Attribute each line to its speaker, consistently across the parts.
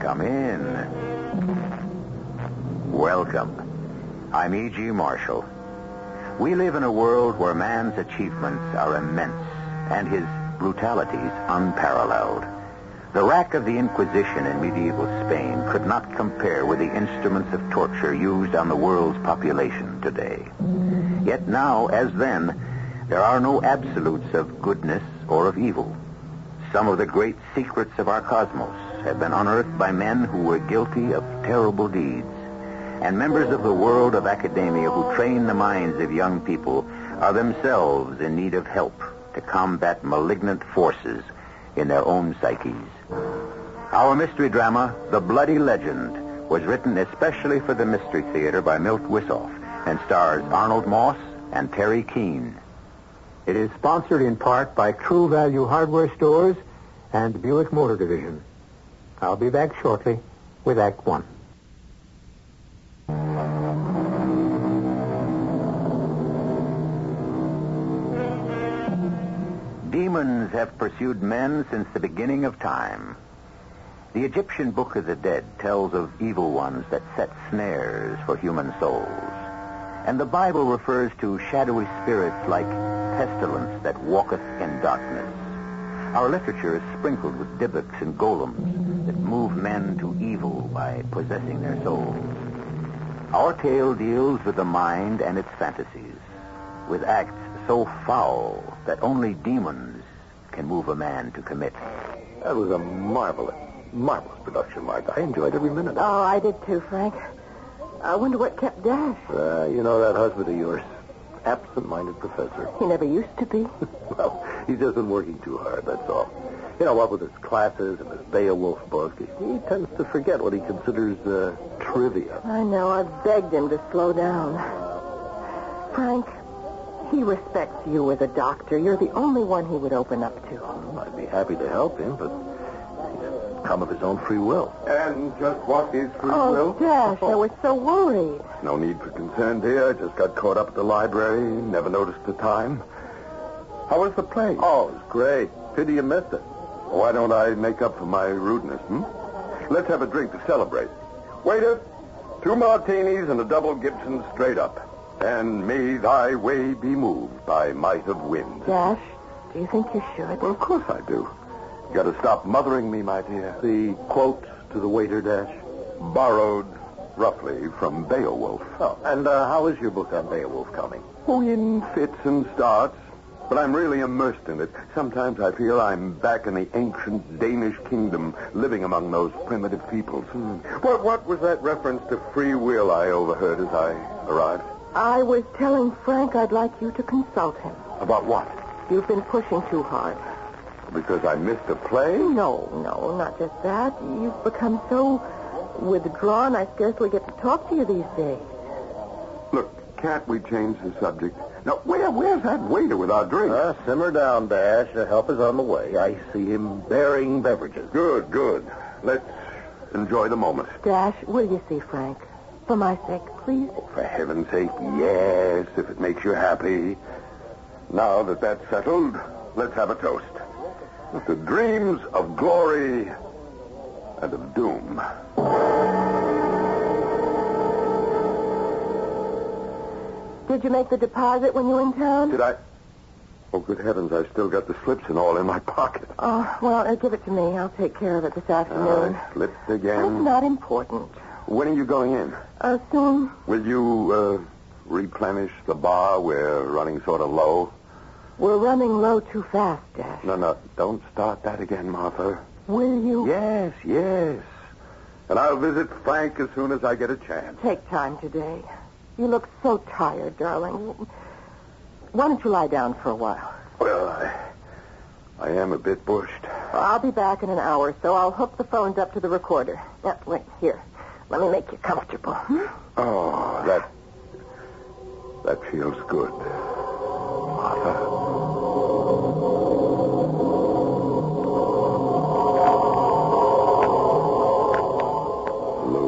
Speaker 1: Come in. Welcome. I'm E.G. Marshall. We live in a world where man's achievements are immense and his brutalities unparalleled. The rack of the Inquisition in medieval Spain could not compare with the instruments of torture used on the world's population today. Yet now, as then, there are no absolutes of goodness or of evil. Some of the great secrets of our cosmos have been unearthed by men who were guilty of terrible deeds. And members of the world of academia who train the minds of young people are themselves in need of help to combat malignant forces in their own psyches. Our mystery drama, The Bloody Legend, was written especially for the Mystery Theater by Milt Wissoff and stars Arnold Moss and Terry Keane. It is sponsored in part by True Value Hardware Stores and Buick Motor Division. I'll be back shortly with Act One. Demons have pursued men since the beginning of time. The Egyptian Book of the Dead tells of evil ones that set snares for human souls. And the Bible refers to shadowy spirits like pestilence that walketh in darkness. Our literature is sprinkled with dibbocks and golems that move men to evil by possessing their souls. Our tale deals with the mind and its fantasies, with acts so foul that only demons can move a man to commit.
Speaker 2: That was a marvelous, marvelous production, Mark. I enjoyed every minute.
Speaker 3: Oh, I did too, Frank. I wonder what kept Dash.
Speaker 2: Uh, you know that husband of yours, absent-minded professor.
Speaker 3: He never used to be.
Speaker 2: Well, he's just been working too hard, that's all. You know, what with his classes and his Beowulf book, he tends to forget what he considers uh, trivia.
Speaker 3: I know. I begged him to slow down. Frank, he respects you as a doctor. You're the only one he would open up to.
Speaker 2: I'd be happy to help him, but he's come of his own free will.
Speaker 4: And just what is free
Speaker 3: Oh, Dash, I was so worried.
Speaker 2: No need for concern, dear. I just got caught up at the library. Never noticed the time. How was the play? Oh, it was great. Pity you missed it. Why don't I make up for my rudeness, hmm? Let's have a drink to celebrate. Waiter, two martinis and a double Gibson straight up. And may thy way be moved by might of wind.
Speaker 3: Dash, do you think you should?
Speaker 2: Well, of course I do. You gotta stop mothering me, my dear. The quote to the waiter dash. Borrowed roughly from Beowulf. Oh, and uh, how is your book on Beowulf coming? Oh, in fits and starts. But I'm really immersed in it. Sometimes I feel I'm back in the ancient Danish kingdom, living among those primitive peoples. Hmm. What, what was that reference to free will I overheard as I arrived?
Speaker 3: I was telling Frank I'd like you to consult him.
Speaker 2: About what?
Speaker 3: You've been pushing too hard.
Speaker 2: Because I missed a play?
Speaker 3: No, no, not just that. You've become so withdrawn I scarcely get to talk to you these days.
Speaker 2: Look, can't we change the subject? Now, where, where's that waiter with our drink? Uh, simmer down, Dash. The help is on the way. I see him bearing beverages. Good, good. Let's enjoy the moment.
Speaker 3: Dash, will you see Frank? For my sake, please.
Speaker 2: Oh, For heaven's sake, yes, if it makes you happy. Now that that's settled, let's have a toast. To dreams of glory and of doom.
Speaker 3: Did you make the deposit when you were in town?
Speaker 2: Did I... Oh, good heavens, I still got the slips and all in my pocket.
Speaker 3: Oh, well, uh, give it to me. I'll take care of it this afternoon.
Speaker 2: I slipped
Speaker 3: It's
Speaker 2: again.
Speaker 3: not important.
Speaker 2: When are you going in?
Speaker 3: Uh, soon,
Speaker 2: Will you uh, replenish the bar? We're running sort of low.
Speaker 3: we're running low too fast, Dash.
Speaker 2: No, no, don't start that again, Martha.
Speaker 3: Will you
Speaker 2: Yes, yes. And I'll visit Frank as soon as I get a chance.
Speaker 3: take time today? You look so tired, darling. Why don't you lie down for a while?
Speaker 2: Well, I, I am a bit bushed.
Speaker 3: Well, I'll be back in an hour, so I'll hook the phones up to the recorder. Yep, wait, here. Let me make you comfortable. hmm?
Speaker 2: Oh, that That feels good. Martha.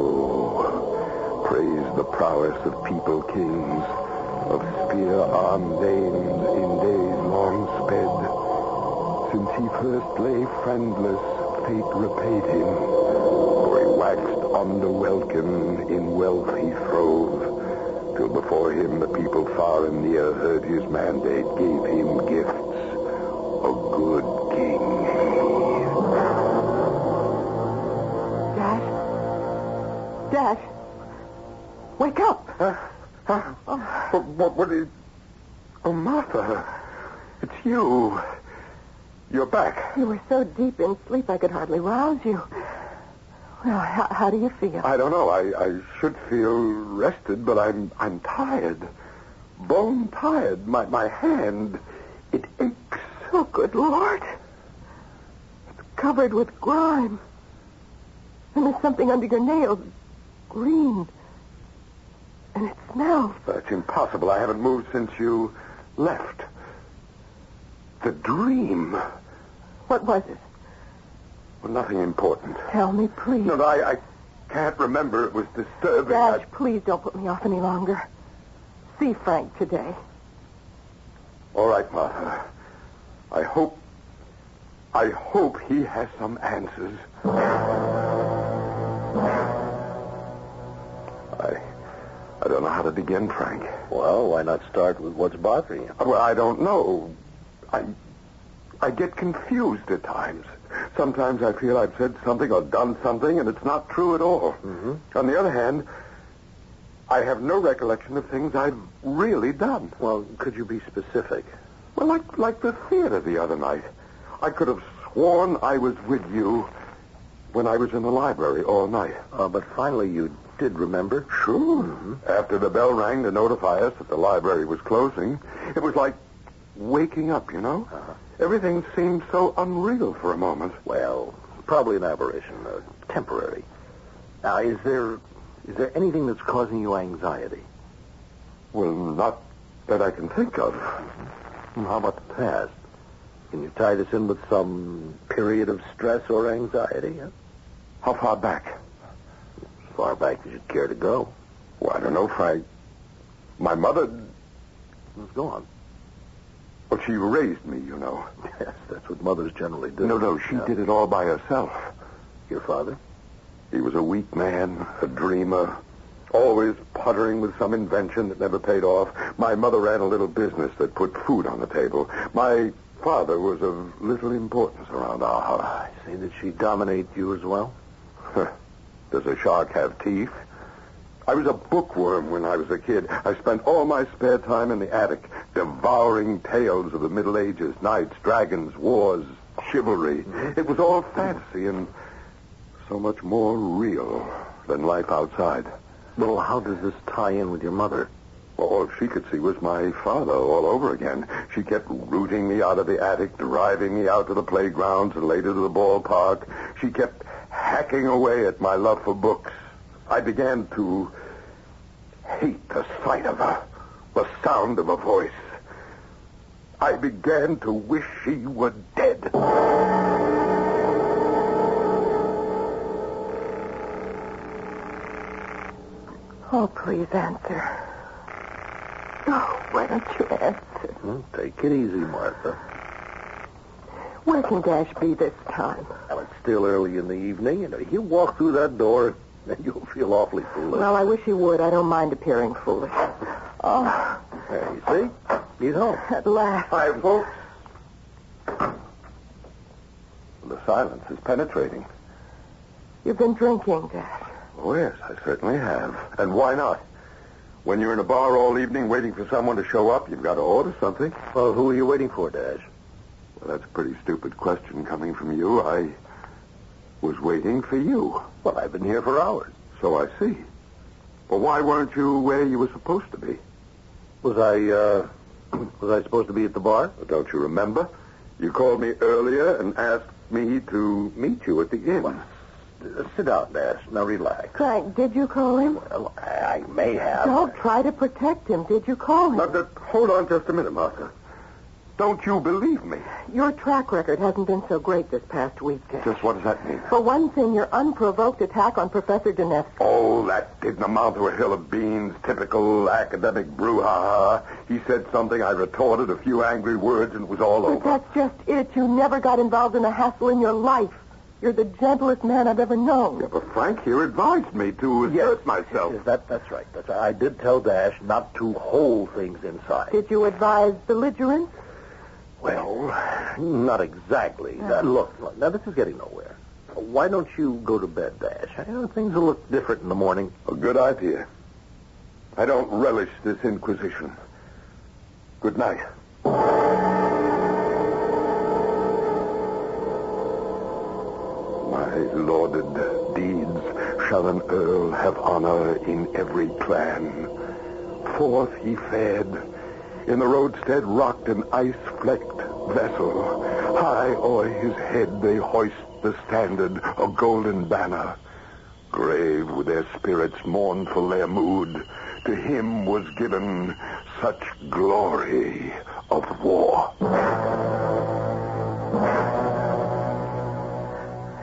Speaker 2: Lo, praise the prowess of people kings, of spear armed names in days long sped. Since he first lay friendless, fate repaid him. For he waxed underwelcome, in wealth he throve, till before him the people far and near heard his mandate, gave him gifts. A good king.
Speaker 3: Dad? Dad? Wake up! Oh.
Speaker 2: What, what, what is... Oh, Martha, it's you. You're back.
Speaker 3: You were so deep in sleep I could hardly rouse you. Well, how, how do you feel?
Speaker 2: I don't know. I, I should feel rested, but I'm I'm tired. Bone tired. My my hand, it aches.
Speaker 3: Oh, good Lord. It's covered with grime. And there's something under your nails. Green. And it smells.
Speaker 2: That's impossible. I haven't moved since you left. The dream. Well,
Speaker 3: What was it?
Speaker 2: nothing important.
Speaker 3: Tell me, please.
Speaker 2: No, no, I, I can't remember. It was disturbing.
Speaker 3: Dash,
Speaker 2: I-
Speaker 3: please don't put me off any longer. See Frank today.
Speaker 2: All right, Martha. I hope. I hope he has some answers. I. I don't know how to begin, Frank.
Speaker 4: Well, why not start with what's bothering you?
Speaker 2: Well, I don't know. I. I get confused at times. Sometimes I feel I've said something or done something, and it's not true at all.
Speaker 4: Mm-hmm.
Speaker 2: On the other hand, I have no recollection of things I've really done.
Speaker 4: Well, could you be specific?
Speaker 2: Well, like like the theater the other night. I could have sworn I was with you when I was in the library all night.
Speaker 4: Uh, but finally, you did remember. Mm-hmm.
Speaker 2: Sure. After the bell rang to notify us that the library was closing, it was like waking up, you know?
Speaker 4: Uh-huh.
Speaker 2: Everything seemed so unreal for a moment.
Speaker 4: Well, probably an aberration, uh, temporary. Now, is there is there anything that's causing you anxiety?
Speaker 2: Well, not that I can think of.
Speaker 4: How about the past? Can you tie this in with some period of stress or anxiety? huh?
Speaker 2: How far back?
Speaker 4: As far back as you care to go.
Speaker 2: Well, I don't know, Frank. My mother,
Speaker 4: Let's go on.
Speaker 2: well, she raised me, you know.
Speaker 4: Yes, that's what mothers generally do.
Speaker 2: No, no, she
Speaker 4: Yeah.
Speaker 2: did it all by herself.
Speaker 4: Your father?
Speaker 2: He was a weak man, a dreamer, always puttering with some invention that never paid off. My mother ran a little business that put food on the table. My father was of little importance around our house.
Speaker 4: I see. Did she dominate you as well?
Speaker 2: Huh. Does a shark have teeth? I was a bookworm when I was a kid. I spent all my spare time in the attic, devouring tales of the Middle Ages, knights, dragons, wars, chivalry. It was all fantasy and so much more real than life outside.
Speaker 4: Well, how does this tie in with your mother?
Speaker 2: All she could see was my father all over again. She kept rooting me out of the attic, driving me out to the playgrounds and later to the ballpark. She kept hacking away at my love for books. I began to hate the sight of her, the sound of her voice. I began to wish she were dead.
Speaker 3: Oh, please answer. Oh, why don't you answer?
Speaker 4: Hmm? Take it easy, Martha.
Speaker 3: Where can Dash be this time?
Speaker 4: Well, it's still early in the evening, and he'll walk through that door, and you'll feel awfully foolish.
Speaker 3: Well, I wish he would. I don't mind appearing foolish. Oh,
Speaker 4: There, you see? He's home.
Speaker 3: at last.
Speaker 2: Hi, folks. The silence is penetrating.
Speaker 3: You've been drinking, Dash.
Speaker 2: Oh, yes, I certainly have. And why not? When you're in a bar all evening waiting for someone to show up, you've got to order something.
Speaker 4: Well, who are you waiting for, Dash?
Speaker 2: Well, that's a pretty stupid question coming from you. I was waiting for you.
Speaker 4: Well, I've been here for hours.
Speaker 2: So I see. But why weren't you where you were supposed to be?
Speaker 4: Was I, uh, was I supposed to be at the bar?
Speaker 2: Well, don't you remember? You called me earlier and asked me to meet you at the inn. uh, sit down, Dash. Now relax.
Speaker 3: Frank, did you call him?
Speaker 2: Well, I, I may have.
Speaker 3: Don't try to protect him. Did you call him?
Speaker 2: Uh,
Speaker 5: Now, that, hold on just a minute, Martha. Don't you believe me?
Speaker 3: Your track record hasn't been so great this past week.
Speaker 5: Just what does that mean?
Speaker 3: For one thing, your unprovoked attack on Professor Dineski.
Speaker 5: Oh, that didn't amount to a hill of beans. Typical academic brouhaha. He said something, I retorted a few angry words, and it was all
Speaker 3: But
Speaker 5: over.
Speaker 3: that's just it. You never got involved in a hassle in your life. You're the gentlest man I've ever known.
Speaker 5: Oh, But Frank here advised me to assert myself.
Speaker 2: Yes, that, that's right. That's I did tell Dash not to hold things inside.
Speaker 3: Did you advise belligerence?
Speaker 2: Well, not exactly.
Speaker 3: Oh.
Speaker 2: Now, look, look, now this is getting nowhere. Why don't you go to bed, Dash? I know things will look different in the morning.
Speaker 5: A good idea. I don't relish this inquisition. Good night. My lauded deeds shall an earl have honor in every clan. Forth he fared, in the roadstead rocked an ice-flecked vessel. High o'er his head they hoist the standard, a golden banner. Grave with their spirits, mournful their mood, to him was given such glory of war.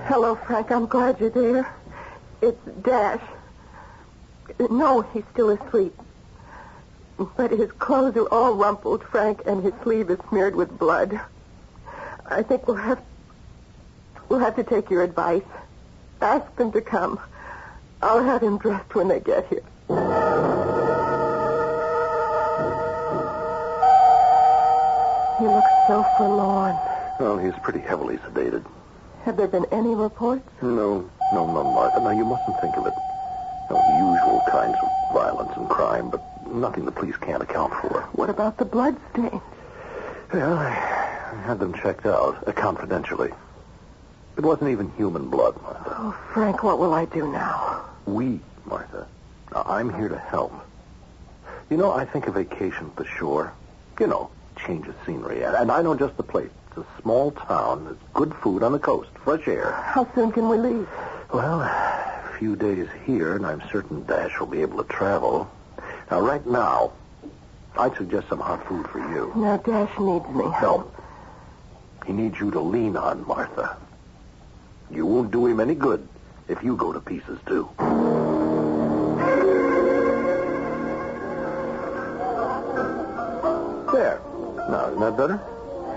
Speaker 3: Hello, Frank. I'm glad you're there. It's Dash. No, he's still asleep. But his clothes are all rumpled, Frank, and his sleeve is smeared with blood. I think we'll have we'll have to take your advice. Ask them to come. I'll have him dressed when they get here. He looks so forlorn.
Speaker 2: Well, he's pretty heavily sedated.
Speaker 3: Have there been any reports?
Speaker 2: No, no, no, Martha. Now, you mustn't think of it. No, the usual kinds of violence and crime, but nothing the police can't account for.
Speaker 3: What about the bloodstains?
Speaker 2: Well, I had them checked out uh, confidentially. It wasn't even human blood, Martha.
Speaker 3: Oh, Frank, what will I do now?
Speaker 2: We, Martha. Now, I'm here to help. You know, I think a vacation at the shore. You know, change of scenery. And, and I know just the place. It's a small town. There's good food on the coast, fresh air.
Speaker 3: How soon can we leave?
Speaker 2: Well, a few days here, and I'm certain Dash will be able to travel. Now, right now, I'd suggest some hot food for you.
Speaker 3: No, Dash needs me.
Speaker 2: No. He needs you to lean on, Martha. You won't do him any good if you go to pieces, too. There. Now, isn't that better?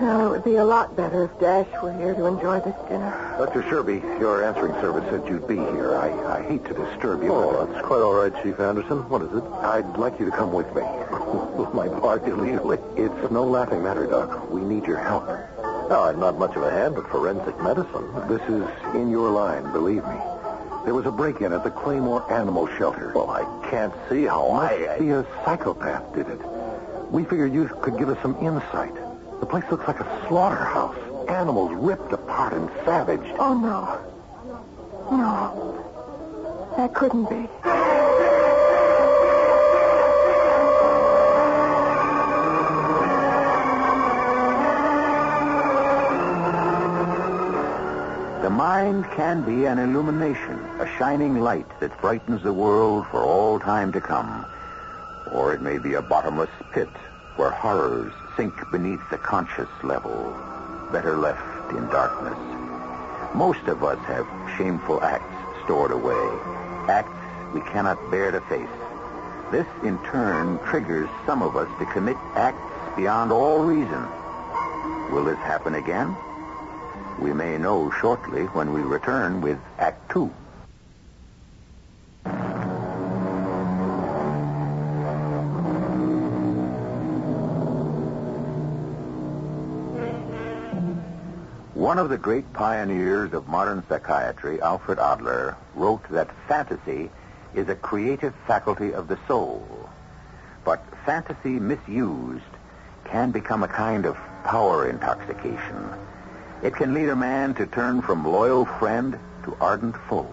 Speaker 3: No, Oh, it would be a lot better if Dash were here to enjoy this dinner.
Speaker 2: Dr. Sherby, your answering service said you'd be here. I, I hate to disturb you. Oh, that's quite all right, Chief Anderson. What is it? I'd like you to come with me. My party legally. It's no laughing matter, Doc. We need your help. No, I'm not much of a hand at forensic medicine. This is in your line, believe me. There was a break-in at the Claymore Animal Shelter. Well, I can't see how I... I... a psychopath did it. We figured you could give us some insight. The place looks like a slaughterhouse. Animals ripped apart and savaged.
Speaker 3: Oh, no. No. That couldn't be.
Speaker 6: The mind can be an illumination, a shining light that brightens the world for all time to come. Or it may be a bottomless pit where horrors sink beneath the conscious level, better left in darkness. Most of us have shameful acts stored away, acts we cannot bear to face. This, in turn, triggers some of us to commit acts beyond all reason. Will this happen again? We may know shortly when we return with Act Two. One of the great pioneers of modern psychiatry, Alfred Adler, wrote that fantasy is a creative faculty of the soul. But fantasy misused can become a kind of power intoxication. It can lead a man to turn from loyal friend to ardent foe,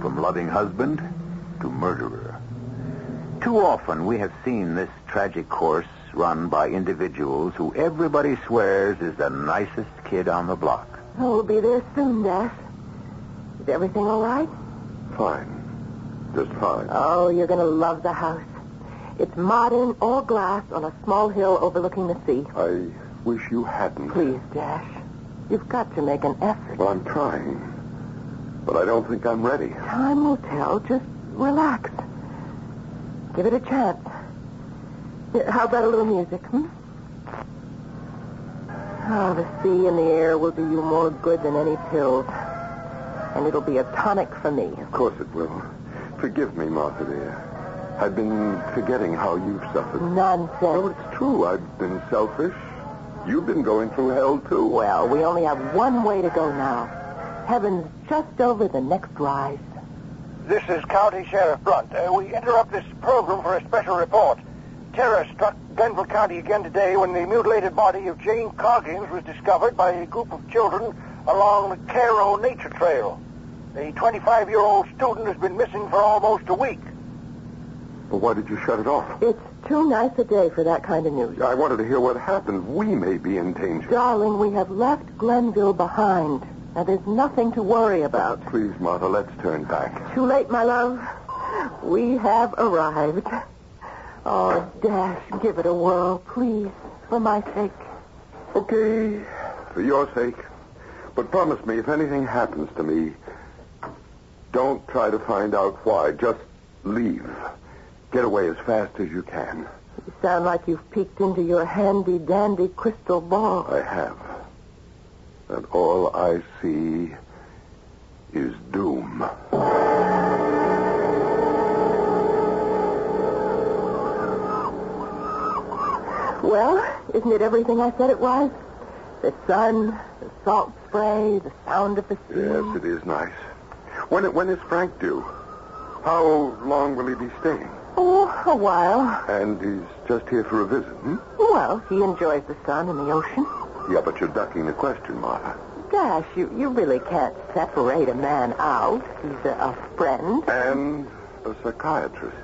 Speaker 6: from loving husband to murderer. Too often we have seen this tragic course run by individuals who everybody
Speaker 3: Oh,
Speaker 6: swears is the nicest kid on the block.
Speaker 3: I'll be there soon, Dash. Is everything all right?
Speaker 2: Fine. Just fine.
Speaker 3: Oh, you're going to love the house. It's modern, all glass, on a small hill overlooking the sea.
Speaker 2: I wish you hadn't.
Speaker 3: Please, Dash. You've got to make an effort.
Speaker 2: Well, I'm trying. But I don't think I'm ready.
Speaker 3: Time will tell. Just relax. Give it a chance. Yeah, How about a little music, hmm? Oh, the sea and the air will do you more good than any pills. And it'll be a tonic for me.
Speaker 2: Of course it will. Forgive me, Martha, dear. I've been forgetting how you've suffered. No,
Speaker 3: Nonsense.
Speaker 2: it's true. I've been selfish. You've been going through hell, too.
Speaker 3: Well, we only have one way to go now. Heaven's just over the next rise.
Speaker 4: This is County Sheriff Blunt. Uh, we interrupt this program for a special report. Terror struck Denver County again today when the mutilated body of Jane Coggins was discovered by a group of children along the Cairo Nature Trail. The 25-year-old student has been missing for almost a week.
Speaker 2: But why did you shut it off?
Speaker 3: It's too nice a day for that kind of news.
Speaker 2: I wanted to hear what happened. We may be in danger.
Speaker 3: Darling, we have left Glenville behind. Now, there's nothing to worry about.
Speaker 2: Please, Martha, let's turn back.
Speaker 3: Too late, my love. We have arrived. Oh, Dash, give it a whirl, please, for my sake.
Speaker 2: Okay, for your sake. But promise me, if anything happens to me, don't try to find out why. Just leave. Get away as fast as you can.
Speaker 3: You sound like you've peeked into your handy-dandy crystal ball.
Speaker 2: I have. And all I see is doom.
Speaker 3: Well, isn't it everything I said it was? The sun, the salt spray, the sound of the sea.
Speaker 2: Yes, it is nice. When, when is Frank due? How long will he be staying?
Speaker 3: Oh, a while.
Speaker 2: And he's just here for a visit, hmm?
Speaker 3: Well, he enjoys the sun and the ocean.
Speaker 2: Yeah, but you're ducking the question, Martha.
Speaker 3: Dash, you, you really can't separate a man out. He's a, a friend.
Speaker 2: And a psychiatrist.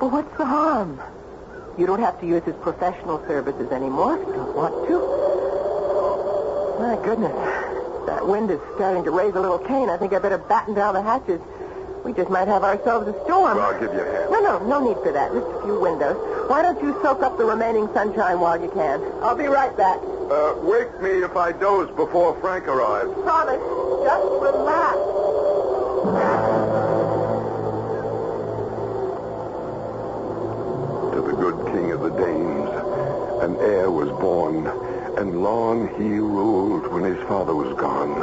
Speaker 3: Well, what's the harm? You don't have to use his professional services anymore if you don't want to. My goodness, that wind is starting to raise a little cane. I think I better batten down the hatches. We just might have ourselves a storm.
Speaker 2: Well, I'll give you a hand.
Speaker 3: No, no, no need for that. Just a few windows. Why don't you soak up the remaining sunshine while you can? I'll be right back.
Speaker 2: Uh, wake me if I doze before Frank arrives.
Speaker 3: Promise. Just relax.
Speaker 2: To the good king of the Danes, an heir was born, and long he ruled when his father was gone.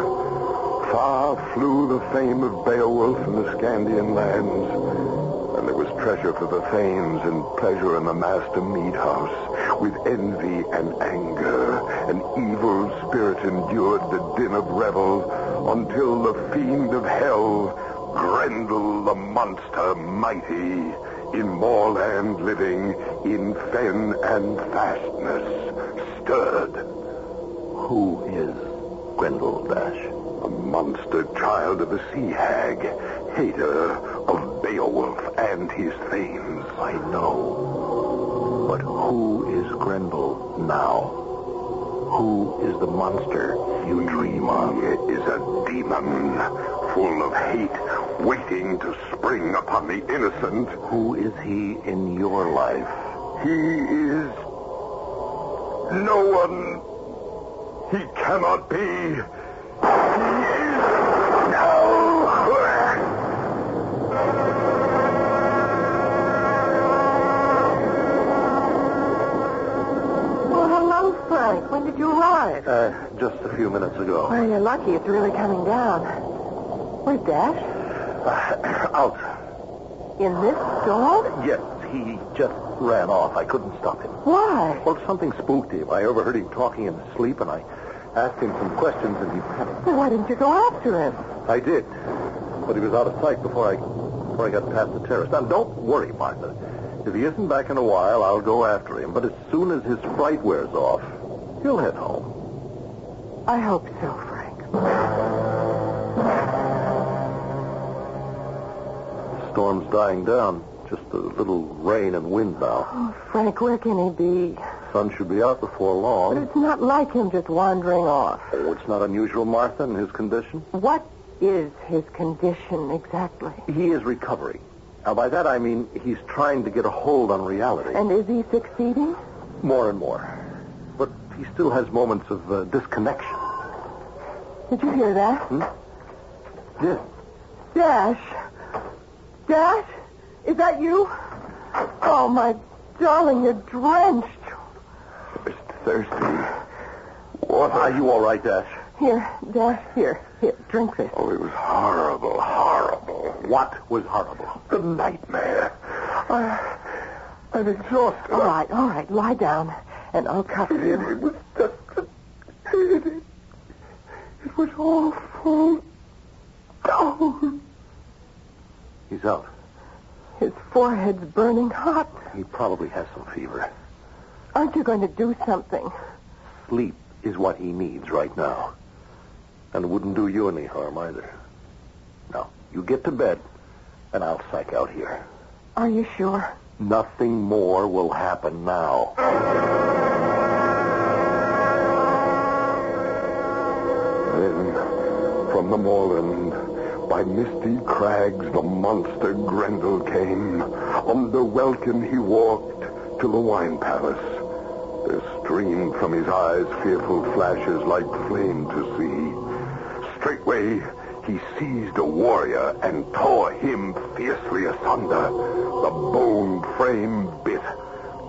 Speaker 2: Far flew the fame of Beowulf in the Scandian lands, and there was treasure for the thanes and pleasure in the master mead house, with envy and anger, an evil spirit endured the din of revel until the fiend of hell, Grendel the monster mighty, in moorland living, in fen and fastness, stirred. Who is Grendel Dash? A monster child of the sea hag, hater of Beowulf and his thanes. I know. But who is Grendel now? Who is the monster you dream of? He is a demon, full of hate, waiting to spring upon the innocent. Who is he in your life? He is no one. He cannot be. He is no.
Speaker 3: Well, hello, Frank. When did you arrive?
Speaker 2: Uh, just a few minutes ago.
Speaker 3: Well, you're lucky. It's really coming down. Where's Dash?
Speaker 2: Uh, out.
Speaker 3: In this storm?
Speaker 2: Yes, he just ran off. I couldn't stop him.
Speaker 3: Why?
Speaker 2: Well, something spooked him. I overheard him talking in his sleep, and I asked him some questions, and he panicked.
Speaker 3: Well, why didn't you go after him?
Speaker 2: I did, but he was out of sight before I before I got past the terrace. Now, don't worry, Martha. If he isn't back in a while, I'll go after him. But as soon as his fright wears off, he'll head home.
Speaker 3: I hope so, Frank.
Speaker 2: The storm's dying down. Just a little rain and wind now.
Speaker 3: Oh, Frank, where can he be?
Speaker 2: Sun should be out before
Speaker 3: But
Speaker 2: long.
Speaker 3: it's not like him just wandering off.
Speaker 2: Oh, it's not unusual, Martha, in his condition.
Speaker 3: What is his condition exactly?
Speaker 2: He is recovering. Now, by that I mean he's trying to get a hold on reality.
Speaker 3: And is he succeeding?
Speaker 2: More and more. But he still has moments of uh, disconnection. Hmm?
Speaker 3: Did you hear that?
Speaker 2: Yes.
Speaker 3: Dash. Dash? Is that you? Oh, my darling, you're drenched.
Speaker 2: It's thirsty. What? Are you all right, Dash?
Speaker 3: Here, Dash, here. Here, drink this.
Speaker 2: Oh, it was horrible, horrible. What was horrible? The nightmare. I, I'm exhausted.
Speaker 3: All right, all right, lie down, and I'll cover you.
Speaker 2: It was just. It, it, it was awful. Oh. He's out.
Speaker 3: His forehead's burning hot.
Speaker 2: He probably has some fever.
Speaker 3: Aren't you going to do something?
Speaker 2: Sleep is what he needs right now. And it wouldn't do you any harm either. Now, you get to bed, and I'll psych out here.
Speaker 3: Are you sure?
Speaker 2: Nothing more will happen now. Then, from the moorland, by misty crags, the monster Grendel came. Under welkin he walked to the wine palace. There streamed from his eyes fearful flashes like flame to see. Straightway he seized a warrior and tore him fiercely asunder. The bone frame bit,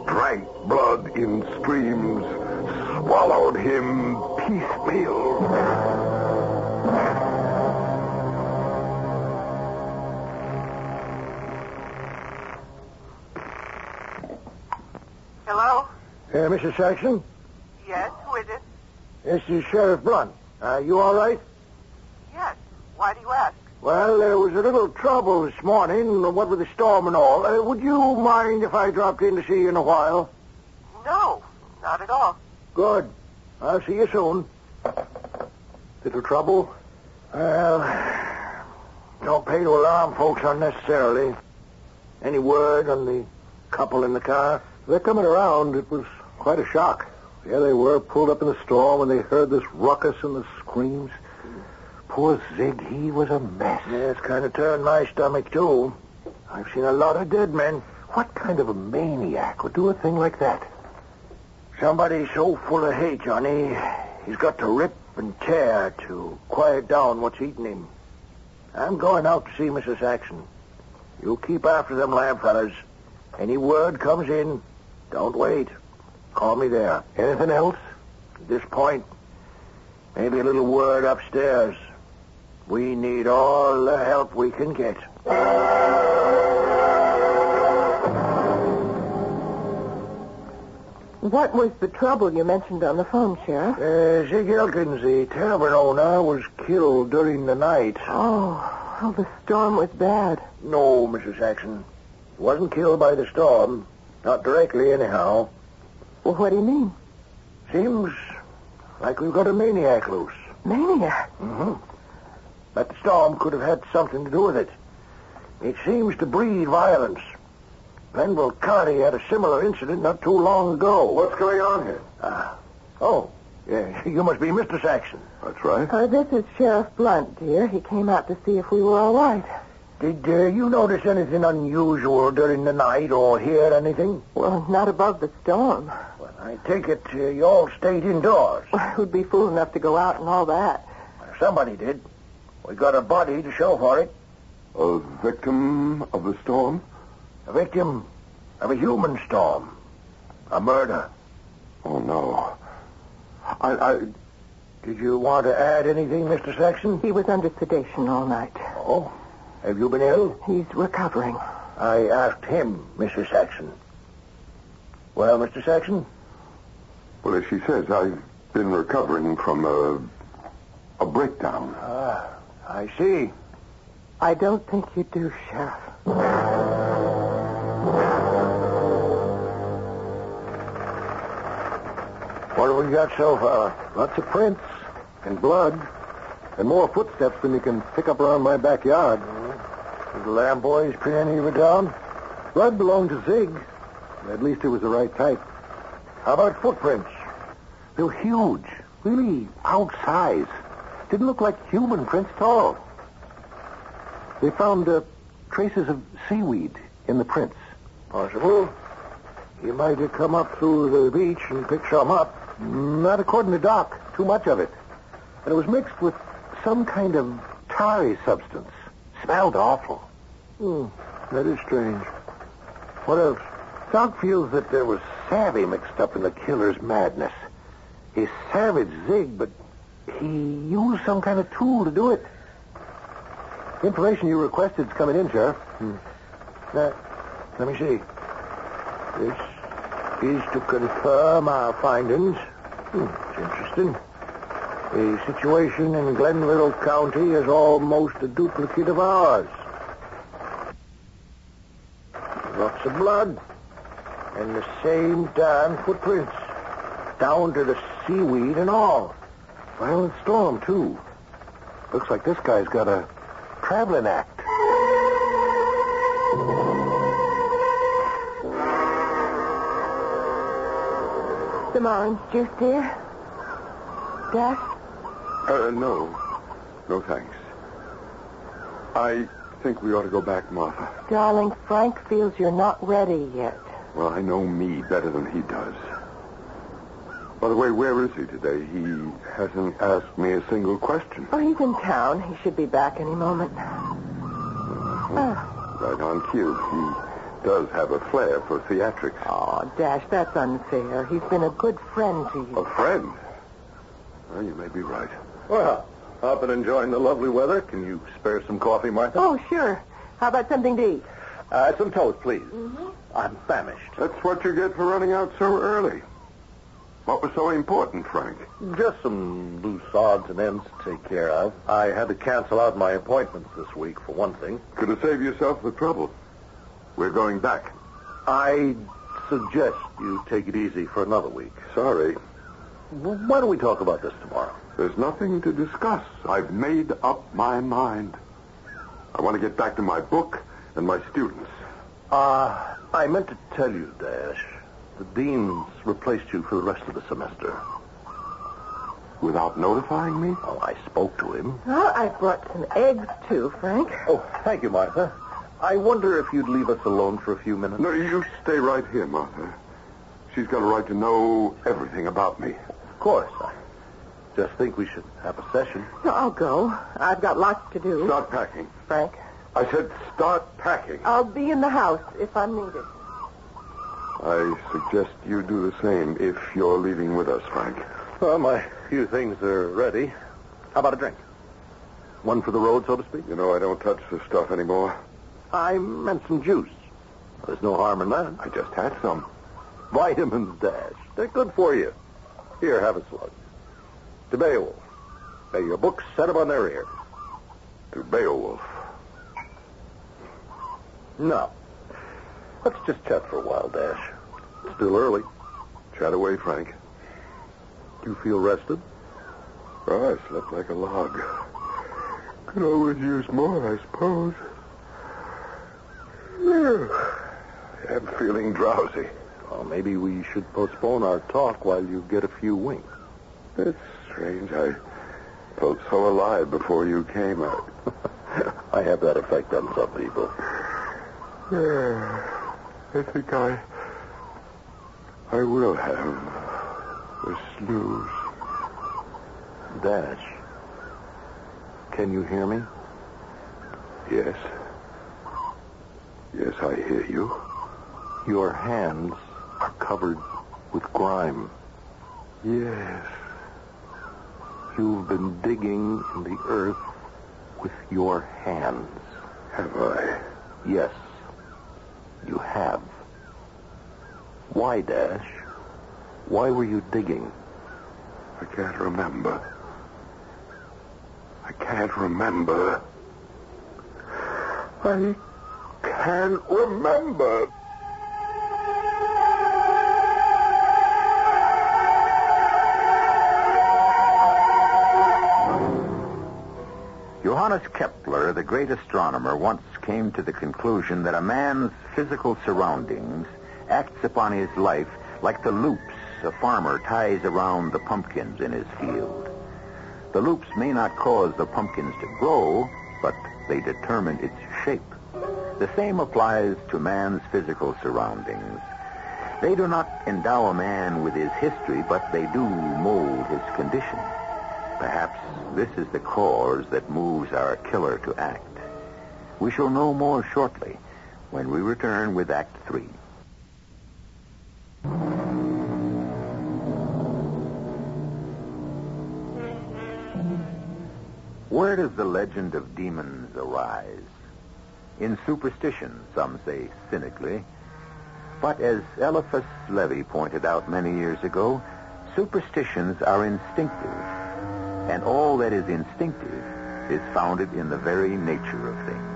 Speaker 2: drank blood in streams, swallowed him piecemeal.
Speaker 3: Hello?
Speaker 4: Uh, Mrs. Saxon?
Speaker 3: Yes, who is it?
Speaker 4: This is Sheriff Blunt. Are you all right?
Speaker 3: Yes. Why do you ask?
Speaker 4: Well, there was a little trouble this morning, what with the storm and all. Uh, would you mind if I dropped in to see you in a while?
Speaker 3: No, not at all.
Speaker 4: Good. I'll see you soon.
Speaker 2: Little trouble?
Speaker 4: Well, no pay to alarm folks unnecessarily. Any word on the couple in the car?
Speaker 2: They're coming around. It was quite a shock. There they were, pulled up in the storm, when they heard this ruckus and the screams. Poor Zig, he was a mess.
Speaker 4: Yeah, it's kind of turned my stomach, too. I've seen a lot of dead men.
Speaker 2: What kind of a maniac would do a thing like that?
Speaker 4: Somebody's so full of hate, Johnny, he's got to rip and tear to quiet down what's eating him. I'm going out to see Mrs. Saxon. You keep after them lamb fellas. Any word comes in, don't wait. Call me there.
Speaker 2: Anything else?
Speaker 4: At this point, maybe a little word upstairs. We need all the help we can get.
Speaker 3: What was the trouble you mentioned on the phone, Sheriff?
Speaker 4: Uh, Zig Elkins, the tavern owner, was killed during the night.
Speaker 3: Oh, oh, the storm was bad.
Speaker 4: No, Mrs. Saxon. He wasn't killed by the storm. Not directly, anyhow.
Speaker 3: Well, what do you mean?
Speaker 4: Seems like we've got a maniac loose.
Speaker 3: Maniac.
Speaker 4: Mm-hmm. But the storm could have had something to do with it. It seems to breed violence. Glenville County had a similar incident not too long ago.
Speaker 2: What's going on here?
Speaker 4: Oh, yeah, you must be Mr. Saxon.
Speaker 2: That's right.
Speaker 3: Uh, this is Sheriff Blunt, dear. He came out to see if we were all right.
Speaker 4: Did uh, you notice anything unusual during the night or hear anything?
Speaker 3: Well, not above the storm.
Speaker 4: Well, I take it uh, you all stayed indoors.
Speaker 3: Who'd be fool enough to go out and all that?
Speaker 4: Somebody did. We got a body to show for it.
Speaker 2: A victim of the storm?
Speaker 4: A victim of a human storm. A murder.
Speaker 2: Oh, no. I, I,
Speaker 4: Did you want to add anything, Mr. Saxon?
Speaker 3: He was under sedation all night.
Speaker 4: Oh. Have you been ill?
Speaker 3: He's recovering.
Speaker 4: I asked him, Mrs. Saxon. Well, Mr. Saxon?
Speaker 2: well, as she says, I've been recovering from a, a breakdown.
Speaker 4: Ah, I see.
Speaker 3: I don't think you do, Sheriff.
Speaker 4: What have we got so far?
Speaker 2: Lots of prints and blood and more footsteps than you can pick up around my backyard.
Speaker 4: Did the lamb boys pin any of it down?
Speaker 2: Blood belonged to Zig. At least it was the right type.
Speaker 4: How about footprints?
Speaker 2: They're huge, really outsized. Didn't look like human prints at all. They found uh, traces of seaweed in the prints. Possible. You might have come up through the beach and picked some up. Not according to Doc. Too much of it. And it was mixed with some kind of tarry substance. Smelled awful. Hmm. That is strange. What else? Doc feels that there was Savvy mixed up in the killer's madness. He savaged Zig, but he used some kind of tool to do it. Information you requested's coming in, Sheriff. Hmm. Now, let me see. This is to confirm our findings. Hmm, it's interesting. The situation in Glenville County is almost a duplicate of ours. Lots of blood. And the same darn footprints. Down to the seaweed and all. Violent storm, too. Looks like this guy's got a traveling act.
Speaker 3: Some orange juice, dear? Dash?
Speaker 7: Uh, no. No, thanks. I think we ought to go back, Martha.
Speaker 3: Darling, Frank feels you're not ready yet.
Speaker 7: Well, I know me better than he does. By the way, where is he today? He hasn't asked me a single question.
Speaker 3: Oh, he's in town. He should be back any moment. Ah.
Speaker 7: Right on cue. He does have a flair for theatrics.
Speaker 3: Oh, Dash, that's unfair. He's been a good friend to you.
Speaker 7: A friend? Well, you may be right.
Speaker 2: Well, up and enjoying the lovely weather. Can you spare some coffee, Martha?
Speaker 3: Oh, sure. How about something to eat? Mm-hmm.
Speaker 2: Uh, some toast, please. I'm famished.
Speaker 7: That's what you get for running out so early. What was so important, Frank?
Speaker 2: Just some loose odds and ends to take care of. I had to cancel out my appointments this week, for one thing.
Speaker 7: Could have saved yourself the trouble. We're going back.
Speaker 2: I suggest you take it easy for another week.
Speaker 7: Sorry,
Speaker 2: W- Why don't we talk about this tomorrow?
Speaker 7: there's nothing to discuss. I've made up my mind. I want to get back to my book and my students.
Speaker 2: Uh, I meant to tell you, Dash. The dean's replaced you for the rest of the semester.
Speaker 7: Without notifying me?
Speaker 2: Well, Oh, I spoke to him.
Speaker 3: Well, I brought some eggs, too, Frank.
Speaker 2: Oh, thank you, Martha. I wonder if you'd leave us alone for a few minutes.
Speaker 7: No, you stay right here, Martha. She's got a right to know everything about me.
Speaker 2: Of course. I just think we should have a session.
Speaker 3: No, I'll go. I've got lots to do,
Speaker 7: Start packing.
Speaker 3: Frank.
Speaker 7: I said start packing.
Speaker 2: Oh,
Speaker 3: I'll be in the house if I'm needed.
Speaker 7: I suggest you do the same if you're leaving with us, Frank.
Speaker 2: Well, my few things are ready. How about a drink? One for the road, so to speak?
Speaker 7: You know I don't touch this stuff anymore.
Speaker 2: I meant some juice. There's no harm in that.
Speaker 7: I just had some.
Speaker 2: Vitamins, Dash. They're good for you. Here, have a slug. To Beowulf. May your books set upon their ears.
Speaker 7: To Beowulf.
Speaker 2: No. Let's just chat for a while, Dash. It's still early.
Speaker 7: Chat away, Frank.
Speaker 2: Do you feel rested?
Speaker 7: Oh, I slept like a log. Could always use more, I suppose. I'm feeling drowsy.
Speaker 2: Well, maybe we should postpone our talk while you get a few winks.
Speaker 7: It's strange. I felt so alive before you came. I,
Speaker 2: I have that effect on some people.
Speaker 7: I think I. I will have a snooze.
Speaker 2: Dash, can you hear me?
Speaker 7: Yes. Yes, I hear you.
Speaker 2: Your hands are covered with grime.
Speaker 7: Yes.
Speaker 2: You've been digging in the earth with your hands.
Speaker 7: Have I?
Speaker 2: Yes, you have. Why, Dash? Why were you digging?
Speaker 7: I can't remember. I can't remember. I can't remember.
Speaker 8: Johannes Kepler, the great astronomer, once came to the conclusion that a man's physical surroundings acts upon his life like the loops a farmer ties around the pumpkins in his field. The loops may not cause the pumpkins to grow,
Speaker 1: but they determine its shape. The same applies to man's physical surroundings. They do not endow a man with his history, but they do mold his condition. Perhaps this is the cause that moves our killer to act. We shall know more shortly when we return with Act Three. Where does the legend of demons arise? In superstition, some say cynically. But as Eliphas Levy pointed out many years ago, superstitions are instinctive, and all that is instinctive is founded in the very nature of things.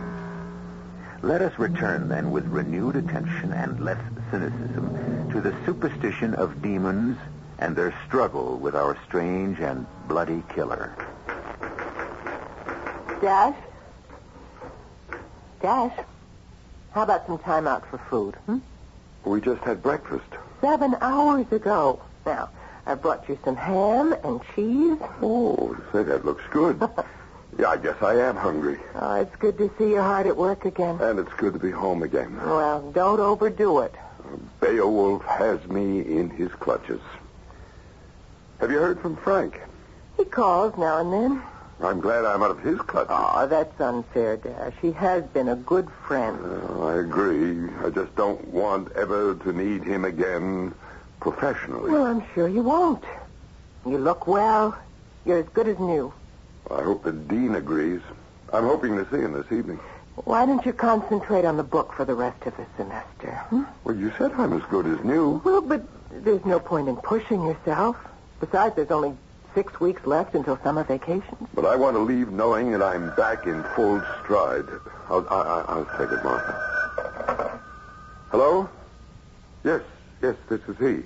Speaker 1: Let us return then with renewed attention and less cynicism to the superstition of demons and their struggle with our strange and bloody killer.
Speaker 3: Dash? Dash? How about some time out for food? Hmm?
Speaker 2: We just had breakfast.
Speaker 3: Seven hours ago. Now, I brought you some ham and cheese.
Speaker 2: Oh, to say that looks good. yeah, I guess I am hungry.
Speaker 3: Oh, it's good to see you hard at work again.
Speaker 2: And it's good to be home again.
Speaker 3: Well, don't overdo it.
Speaker 2: Beowulf has me in his clutches. Have you heard from Frank?
Speaker 3: He calls now and then.
Speaker 2: I'm glad I'm out of his clutches.
Speaker 1: Ah,
Speaker 3: Oh, that's unfair, Dash. He has been a good friend.
Speaker 2: Oh, I agree. I just don't want ever to need him again professionally.
Speaker 3: Well, I'm sure you won't. You look well. You're as good as new.
Speaker 2: I hope the dean agrees. I'm hoping to see him this evening.
Speaker 3: Why don't you concentrate on the book for the rest of the semester? Hmm?
Speaker 2: Well, you said I'm as good as new.
Speaker 3: Well, but there's no point in pushing yourself. Besides, there's only six weeks left until summer vacation.
Speaker 2: But I want to leave knowing that I'm back in full stride. I'll, I, I- I'll take it, Martha. Hello? Yes, yes, this is he.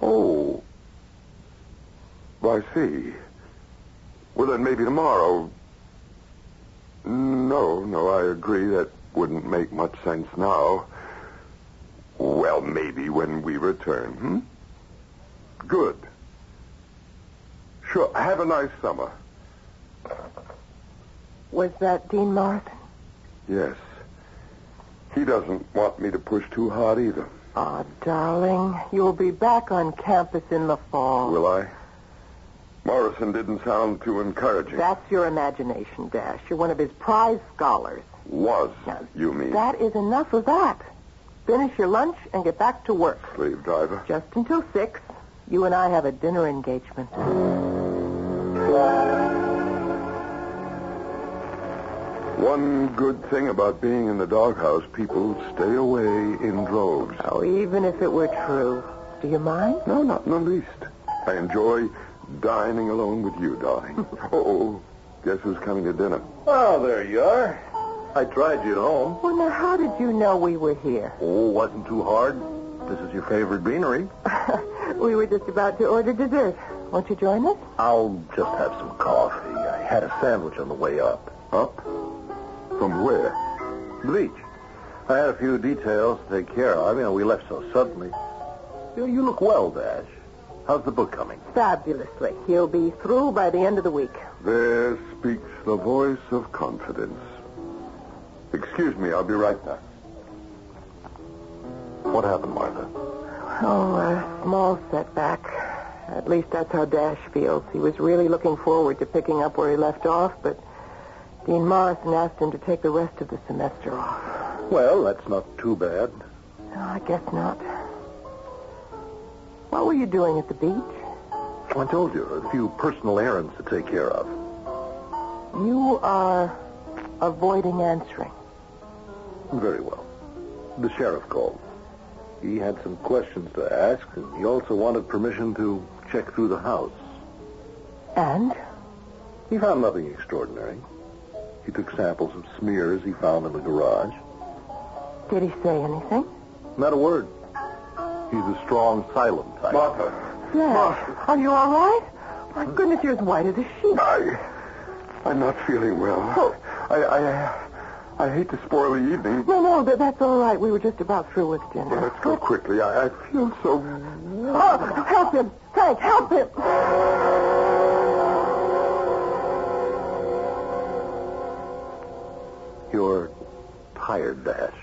Speaker 2: Oh. Well, I see. Well, then maybe tomorrow. No, no, I agree. That wouldn't make much sense now. Well, maybe when we return, hmm? Good. Sure. Have a nice summer.
Speaker 3: Was that Dean Morrison?
Speaker 2: Yes. He doesn't want me to push too hard either.
Speaker 3: Oh, darling, you'll be back on campus in the fall.
Speaker 2: Will I? Morrison didn't sound too encouraging.
Speaker 3: That's your imagination, Dash. You're one of his prize scholars.
Speaker 2: Was,
Speaker 3: Now,
Speaker 2: you mean?
Speaker 3: That is enough of that. Finish your lunch and get back to work.
Speaker 2: Slave driver.
Speaker 3: Just until six. You and I have a dinner engagement.
Speaker 2: One good thing about being in the doghouse, people stay away in droves.
Speaker 3: Oh, even if it were true. Do you mind?
Speaker 2: No, not in the least. I enjoy dining alone with you, darling. oh, guess who's coming to dinner?
Speaker 4: Oh, there you are. I tried you at home.
Speaker 3: Well, now, how did you know we were here?
Speaker 4: Oh, wasn't too hard. This is your favorite beanery.
Speaker 3: we were just about to order dessert. Won't you join us?
Speaker 4: I'll just have some coffee. I had a sandwich on the way up.
Speaker 2: Up? From where?
Speaker 4: The beach. I had a few details to take care of. You know, we left so suddenly. You, you look well, Dash. How's the book coming?
Speaker 3: Fabulously. He'll be through by the end of the week.
Speaker 2: There speaks the voice of confidence. Excuse me, I'll be right back.
Speaker 4: What happened, Martha?
Speaker 3: Oh, a small setback. At least that's how Dash feels. He was really looking forward to picking up where he left off, but Dean Morrison asked him to take the rest of the semester off.
Speaker 4: Well, that's not too bad.
Speaker 3: No, I guess not. What were you doing at the beach?
Speaker 4: I told you, a few personal errands to take care of.
Speaker 3: You are avoiding answering.
Speaker 4: Very well. The sheriff called. He had some questions to ask, and he also wanted permission to check through the house.
Speaker 3: And?
Speaker 4: He found nothing extraordinary. He took samples of smears he found in the garage.
Speaker 3: Did he say anything?
Speaker 4: Not a word. He's a strong, silent type.
Speaker 2: Martha,
Speaker 3: Dash, are you all right? My goodness, you're as white as a sheet.
Speaker 2: I, I'm not feeling well.
Speaker 3: Oh.
Speaker 2: I, I, I hate to spoil the evening.
Speaker 3: No, no, that, that's all right. We were just about through with
Speaker 2: Well,
Speaker 3: dinner.
Speaker 2: let's
Speaker 4: Oh.
Speaker 2: go quickly. I, I feel so.
Speaker 3: Oh, help him. Frank, help him.
Speaker 2: You're tired, Dash.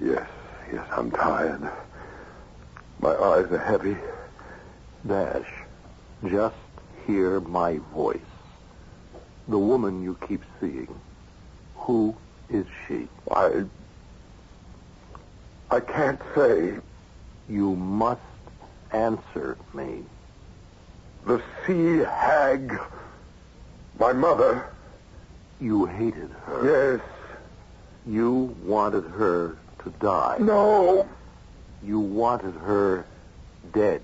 Speaker 2: Yes, yes, I'm tired. My eyes are heavy. Dash, just hear my voice. The woman you keep seeing, who is she? I. I can't say. You must answer me. The sea hag. My mother. You hated her. Yes. You wanted her to die. No. You wanted her dead.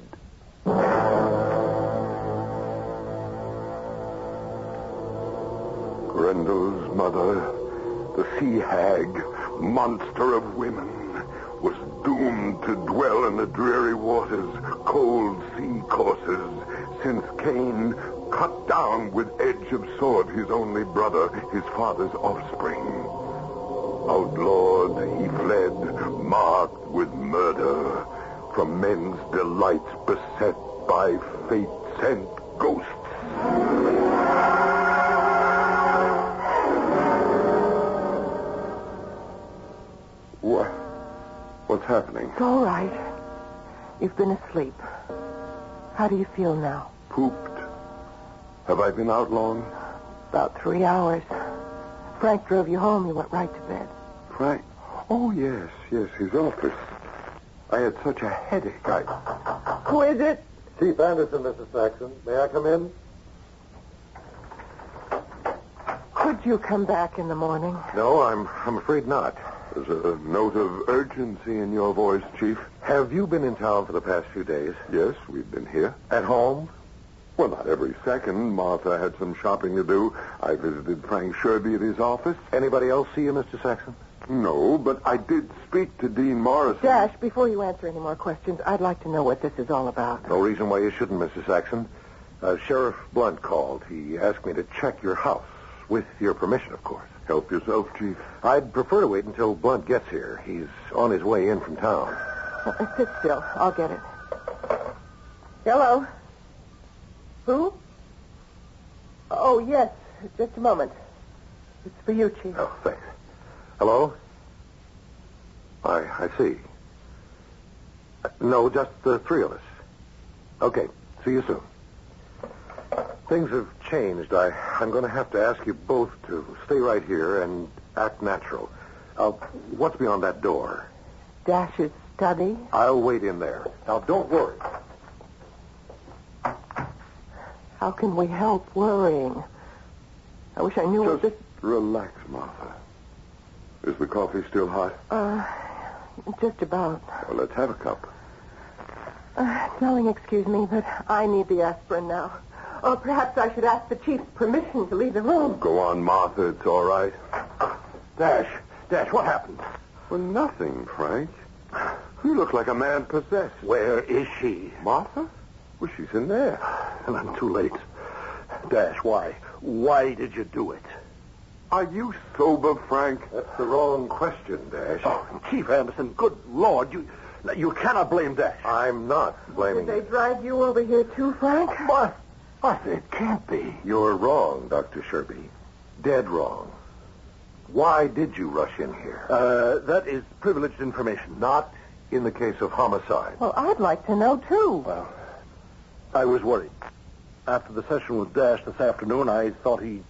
Speaker 2: Grendel's mother, the sea hag, monster of women, was doomed to dwell in the dreary waters, cold sea courses, since Cain cut down with edge of sword his only brother, his father's offspring. Outlawed, Oh, he fled, marked with murder. From men's delights beset by fate sent ghosts. What? What's happening?
Speaker 3: It's all right. You've been asleep. How do you feel now?
Speaker 2: Pooped. Have I been out long?
Speaker 3: About three hours. Frank drove you home. You went right to bed.
Speaker 2: Frank. Oh, yes, yes, his office. I had such a headache. I...
Speaker 3: Who is it?
Speaker 2: Chief Anderson, Mrs. Saxon. May I come in?
Speaker 3: Could you come back in the morning?
Speaker 2: No, I'm, I'm afraid not. There's a note of urgency in your voice, Chief. Have you been in town for the past few days? Yes, we've been here. At home? Well, not every second. Martha had some shopping to do. I visited Frank Sherby at his office. Anybody else see you, Mr. Saxon? No, but I did speak to Dean Morrison.
Speaker 3: Dash, before you answer any more questions, I'd like to know what this is all about.
Speaker 2: No reason why you shouldn't, Mrs. Saxon. Uh, Sheriff Blunt called. He asked me to check your house, with your permission, of course. Help yourself, Chief. I'd prefer to wait until Blunt gets here. He's on his way in from town.
Speaker 3: Uh, Sit still. I'll get it. Hello? Who? Oh, yes. Just a moment. It's for you, Chief.
Speaker 2: Oh, thanks. Hello? I, I see. Uh, No, just the three of us. Okay, see you soon. Things have changed. I, I'm going to have to ask you both to stay right here and act natural. Uh, what's beyond that door?
Speaker 3: Dash's study?
Speaker 2: I'll wait in there. Now, don't worry.
Speaker 3: How can we help worrying? I wish I knew what this...
Speaker 2: Just relax, Martha. Is the coffee still hot?
Speaker 3: Uh, just about.
Speaker 2: Well, let's have a cup.
Speaker 3: Uh, darling, excuse me, but I need the aspirin now. Or perhaps I should ask the chief's permission to leave the room.
Speaker 2: Go on, Martha. It's all right. Dash, Dash, what happened? Well, nothing, Frank. You look like a man possessed. Where is she? Martha? Well, she's in there. And I'm too late. Dash, why? Why did you do it? Are you sober, Frank? That's the wrong question, Dash. Oh, Chief Anderson, good Lord, you you cannot blame Dash. I'm not blaming
Speaker 3: Did they drive you over here too, Frank?
Speaker 2: what? What? It can't be. You're wrong, Dr. Sherby. Dead wrong. Why did you rush in here? Uh, that is privileged information. Not in the case of homicide.
Speaker 3: Well, I'd like to know, too.
Speaker 2: Well, I was worried. After the session with Dash this afternoon, I thought he,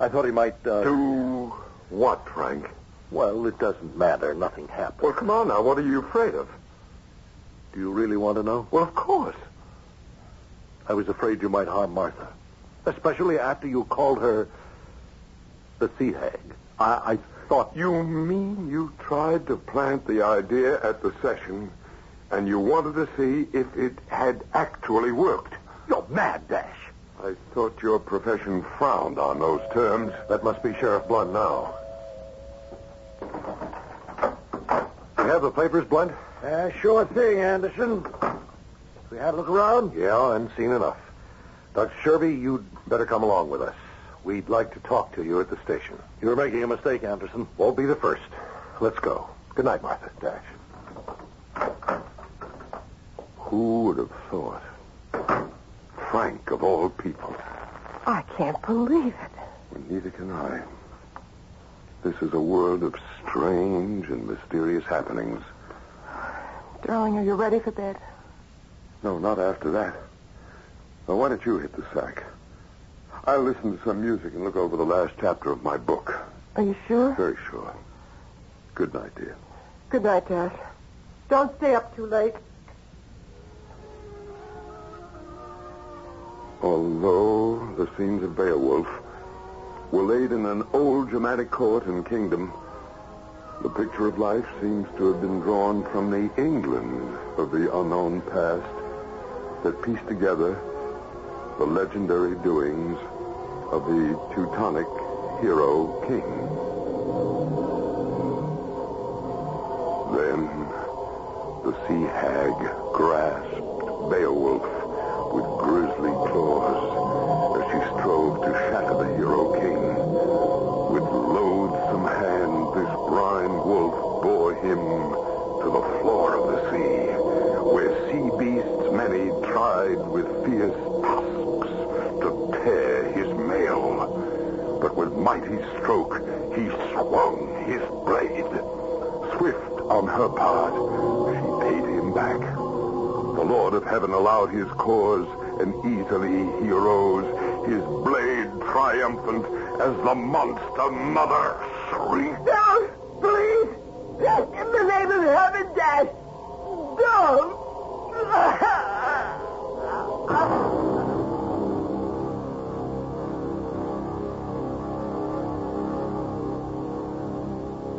Speaker 2: I thought he might. Uh... Do what, Frank? Well, it doesn't matter. Nothing happened. Well, come on now. What are you afraid of? Do you really want to know? Well, of course. I was afraid you might harm Martha, especially after you called her the sea hag. I, I thought. You mean you tried to plant the idea at the session, and you wanted to see if it had actually worked? You're mad, Dash. I thought your profession frowned on those terms. That must be Sheriff Blunt now. You have the papers, Blunt? Uh, sure thing, Anderson. We had a look around? Yeah, and seen enough. Dr. Sherby, you'd better come along with us. We'd like to talk to you at the station. You're making a mistake, Anderson. Won't be the first. Let's go. Good night, Martha. Dash. Who would have thought? Frank, of all people.
Speaker 3: I can't believe it.
Speaker 2: Well, neither can I.
Speaker 9: This is a world of strange and mysterious happenings.
Speaker 3: Darling, are you ready for bed?
Speaker 9: No, not after that. Now, why don't you hit the sack? I'll listen to some music and look over the last chapter of my book.
Speaker 3: Are you sure?
Speaker 9: Very sure. Good night, dear.
Speaker 3: Good night, Dash. Don't stay up too late.
Speaker 9: Although the scenes of Beowulf were laid in an old Germanic court and kingdom, the picture of life seems to have been drawn from the England of the unknown past that pieced together the legendary doings of the Teutonic hero king. Then the sea hag grasped Beowulf with grisly claws as she strove to shatter the hero king. With loathsome hand, this brine wolf bore him to the floor of the sea, where sea beasts many tried with fierce tusks to tear his mail. But with mighty stroke, he swung his blade. Swift on her part, she paid him back. The Lord of Heaven allowed his cause, and easily he arose, his blade triumphant as the monster mother shrieked.
Speaker 3: Don't, please. In the name of heaven, Dash. Don't.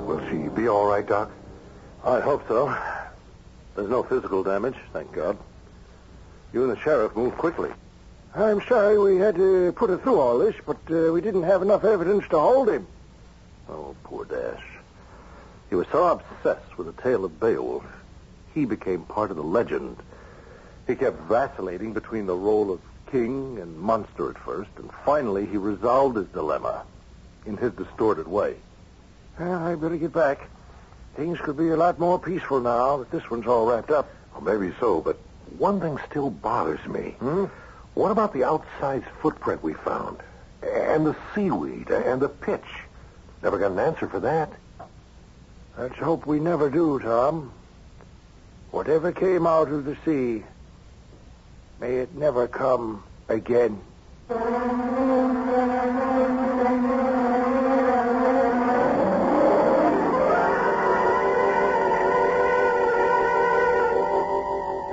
Speaker 9: Will she be all right, Doc?
Speaker 10: I hope so. There's no physical damage, thank God. You and the sheriff moved quickly. I'm sorry we had to put her through all this, but uh, we didn't have enough evidence to hold him. Oh, poor Dash. He was so obsessed with the tale of Beowulf, he became part of the legend. He kept vacillating between the role of king and monster at first, and finally he resolved his dilemma in his distorted way. Well, I better get back. Things could be a lot more peaceful now that this one's all wrapped up.
Speaker 9: Well, maybe so, but one thing still bothers me.
Speaker 10: Hmm?
Speaker 9: What about the outsized footprint we found? And the seaweed uh, and the pitch? Never got an answer for that.
Speaker 10: Let's hope we never do, Tom. Whatever came out of the sea, may it never come again.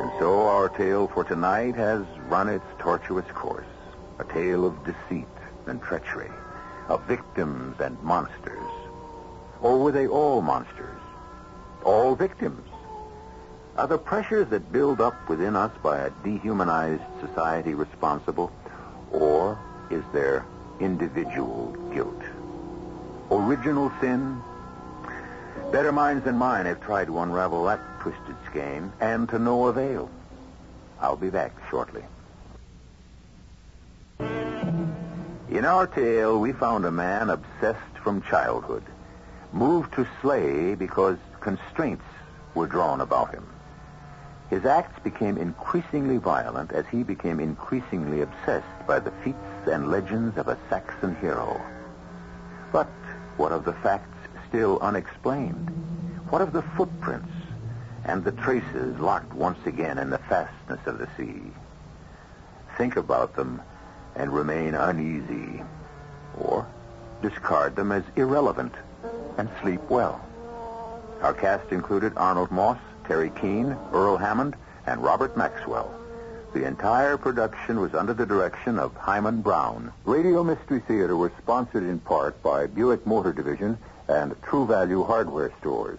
Speaker 2: And so our tale for tonight has run its tortuous course. A tale of deceit and treachery, of victims and monsters. Or were they all monsters? All victims? Are the pressures that build up within us by a dehumanized society responsible? Or is there individual guilt? Original sin? Better minds than mine have tried to unravel that twisted skein, and to no avail. I'll be back shortly. In our tale, we found a man obsessed from childhood, moved to slay because constraints were drawn about him. His acts became increasingly violent as he became increasingly obsessed by the feats and legends of a Saxon hero. But what of the facts still unexplained? What of the footprints and the traces locked once again in the fastness of the sea? Think about them and remain uneasy, or discard them as irrelevant and sleep well. Our cast included Arnold Moss, Terry Keane, Earl Hammond, and Robert Maxwell. The entire production was under the direction of Hyman Brown. Radio Mystery Theater was sponsored in part by Buick Motor Division and True Value Hardware Stores.